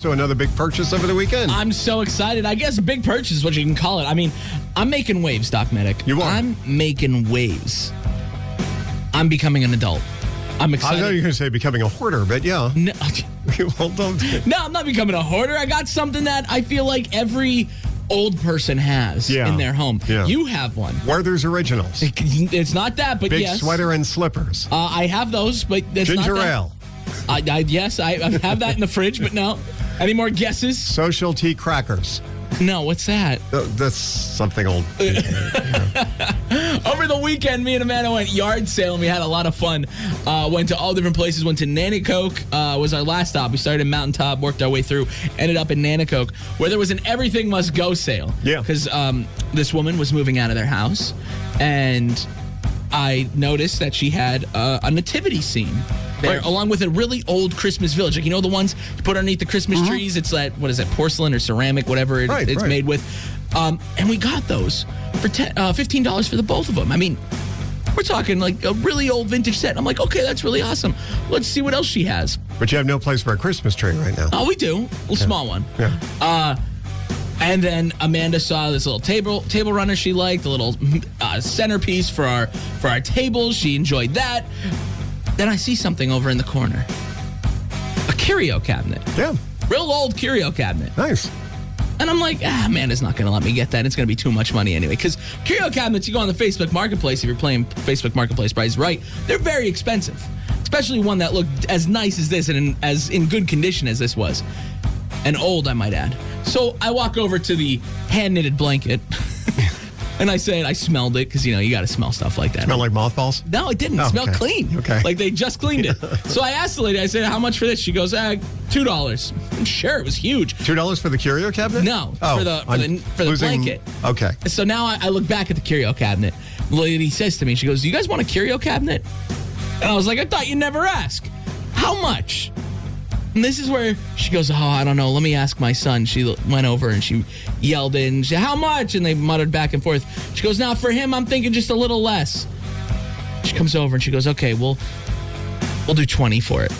So another big purchase over the weekend. I'm so excited. I guess big purchase is what you can call it. I mean, I'm making waves, Doc Medic. You are. I'm making waves. I'm becoming an adult. I'm I excited. know you're going to say becoming a hoarder, but yeah. No, well, don't. no, I'm not becoming a hoarder. I got something that I feel like every old person has Yeah. in their home. Yeah. You have one. Werther's Originals. It's not that, but Big yes. sweater and slippers. Uh, I have those, but that's Ginger not that. ale. I, I, yes, I, I have that in the fridge, but no. Any more guesses? Social tea crackers. No, what's that? Th- That's something old. Over the weekend, me and Amanda went yard sale and we had a lot of fun. Uh, went to all different places. Went to Nanacoke, uh, was our last stop. We started in Mountain Top, worked our way through, ended up in Nanacoke, where there was an everything must go sale. Yeah. Because um, this woman was moving out of their house and I noticed that she had uh, a nativity scene there, Right. along with a really old Christmas village. Like you know the ones you put underneath the Christmas trees. It's that what is it, porcelain or ceramic, whatever it, Mm-hmm. Right, it's right. made with. Um, and we got those for 10, uh, fifteen dollars for the both of them. I mean, we're talking like a really old vintage set. I'm like, okay, that's really awesome. Let's see what else she has. But you have no place for a Christmas tree right now. Oh, we do. A little small one. Yeah. uh, And then Amanda saw this little table table runner she liked, a little uh, centerpiece for our for our table. She enjoyed that. Then I see something over in the corner, a curio cabinet, Yeah. real old curio cabinet. Nice. And I'm like, ah, Amanda's not gonna let me get that. It's gonna be too much money anyway. Because curio cabinets, you go on the Facebook Marketplace if you're playing Facebook Marketplace price right, they're very expensive, especially one that looked as nice as this and in, as in good condition as this was, and old, I might add. So I walk over to the hand knitted blanket, and I said, I smelled it because you know you gotta smell stuff like that. Smell like mothballs. No, it didn't. Oh, It smelled okay. clean. Okay. Like they just cleaned it. so I asked the lady, I said, How much for this? She goes, ah, two dollars. Sure, it was huge. Two dollars for the curio cabinet? No, Oh, for the- for I'm the- for the losing- blanket. Okay. So now I, I look back at the curio cabinet. The lady says to me, she goes, Do you guys want a curio cabinet? And I was like, I thought you never ask. How much? And this is where she goes, Oh, I don't know. Let me ask my son. She l- went over and she yelled in, she, How much? And they muttered back and forth. She goes, Now for him, I'm thinking just a little less. She comes over and she goes, Okay, well, we'll do 20 for it.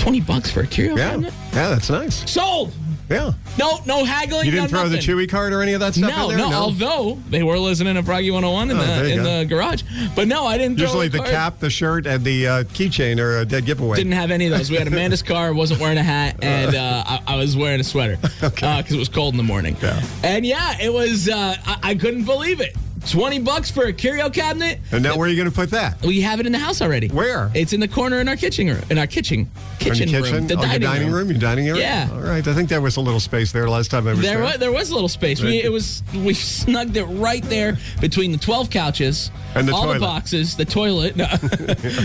20 bucks for a curio Yeah. cabinet? Yeah, that's nice. Sold! Yeah. No, no haggling. You didn't no throw the nothing. Chewy card or any of that stuff No, in there? no, Although they were listening to Froggy 101 in, Oh, there the, you in go. the garage, but no, I didn't. throw Usually a the card. cap, the shirt, and the uh, keychain are a dead giveaway. Didn't have any of those. We had Amanda's car. Wasn't wearing a hat, and uh, I, I was wearing a sweater because it was cold in the morning. Yeah. And yeah, it was. Uh, I, I couldn't believe it. Twenty bucks for a curio cabinet. and now where are you going to put that? We have it in the house already. Where? It's in the corner in our kitchen room. In our kitchen, In kitchen, the kitchen? room, the oh, dining, your dining room. your dining area? Yeah. All right. I think there was a little space there last time I was there. There was, there was a little space. We Right. it was we snugged it right there between the twelve couches And the all toilet. the boxes, the toilet. No.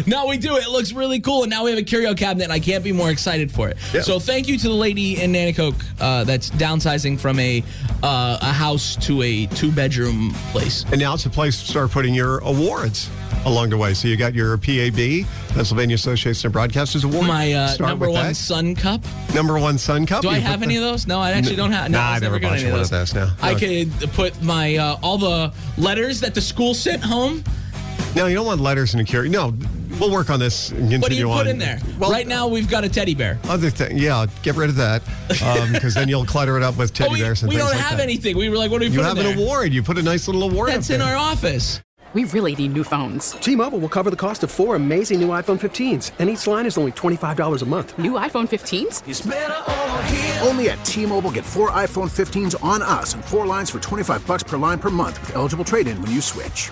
no, we do. It looks really cool, and now we have a curio cabinet. and I can't be more excited for it. Yeah. So thank you to the lady in Nanacoke uh, that's downsizing from a uh, a house to a two bedroom place. And now it's a place to start putting your awards along the way. So you got your PAB, Pennsylvania Association of Broadcasters Award. My uh, Start number with one that. Sun Cup. number one Sun Cup. Do I You put have the- any of those? No, I actually don't have. No, Nah, I I've never got bought any you one of those, no. I Okay. could put my uh, all the letters that the school sent home. No, you don't want letters in a curio. No, we'll work on this and continue What do you on. put in there? Well, right now, we've got a teddy bear. Other thing, yeah, get rid of that because then you'll clutter it up with teddy Oh, we, bears and we things don't like have that. anything. We were like, what do we You put have in there? an award. You put a nice little award. That's up in there. our office. We really need new phones. T-Mobile will cover the cost of four amazing new iPhone 15s, and each line is only $25 a month. New iPhone 15s? Only at T-Mobile, get four iPhone 15s on us and four lines for 25 bucks per line per month with eligible trade-in when you switch.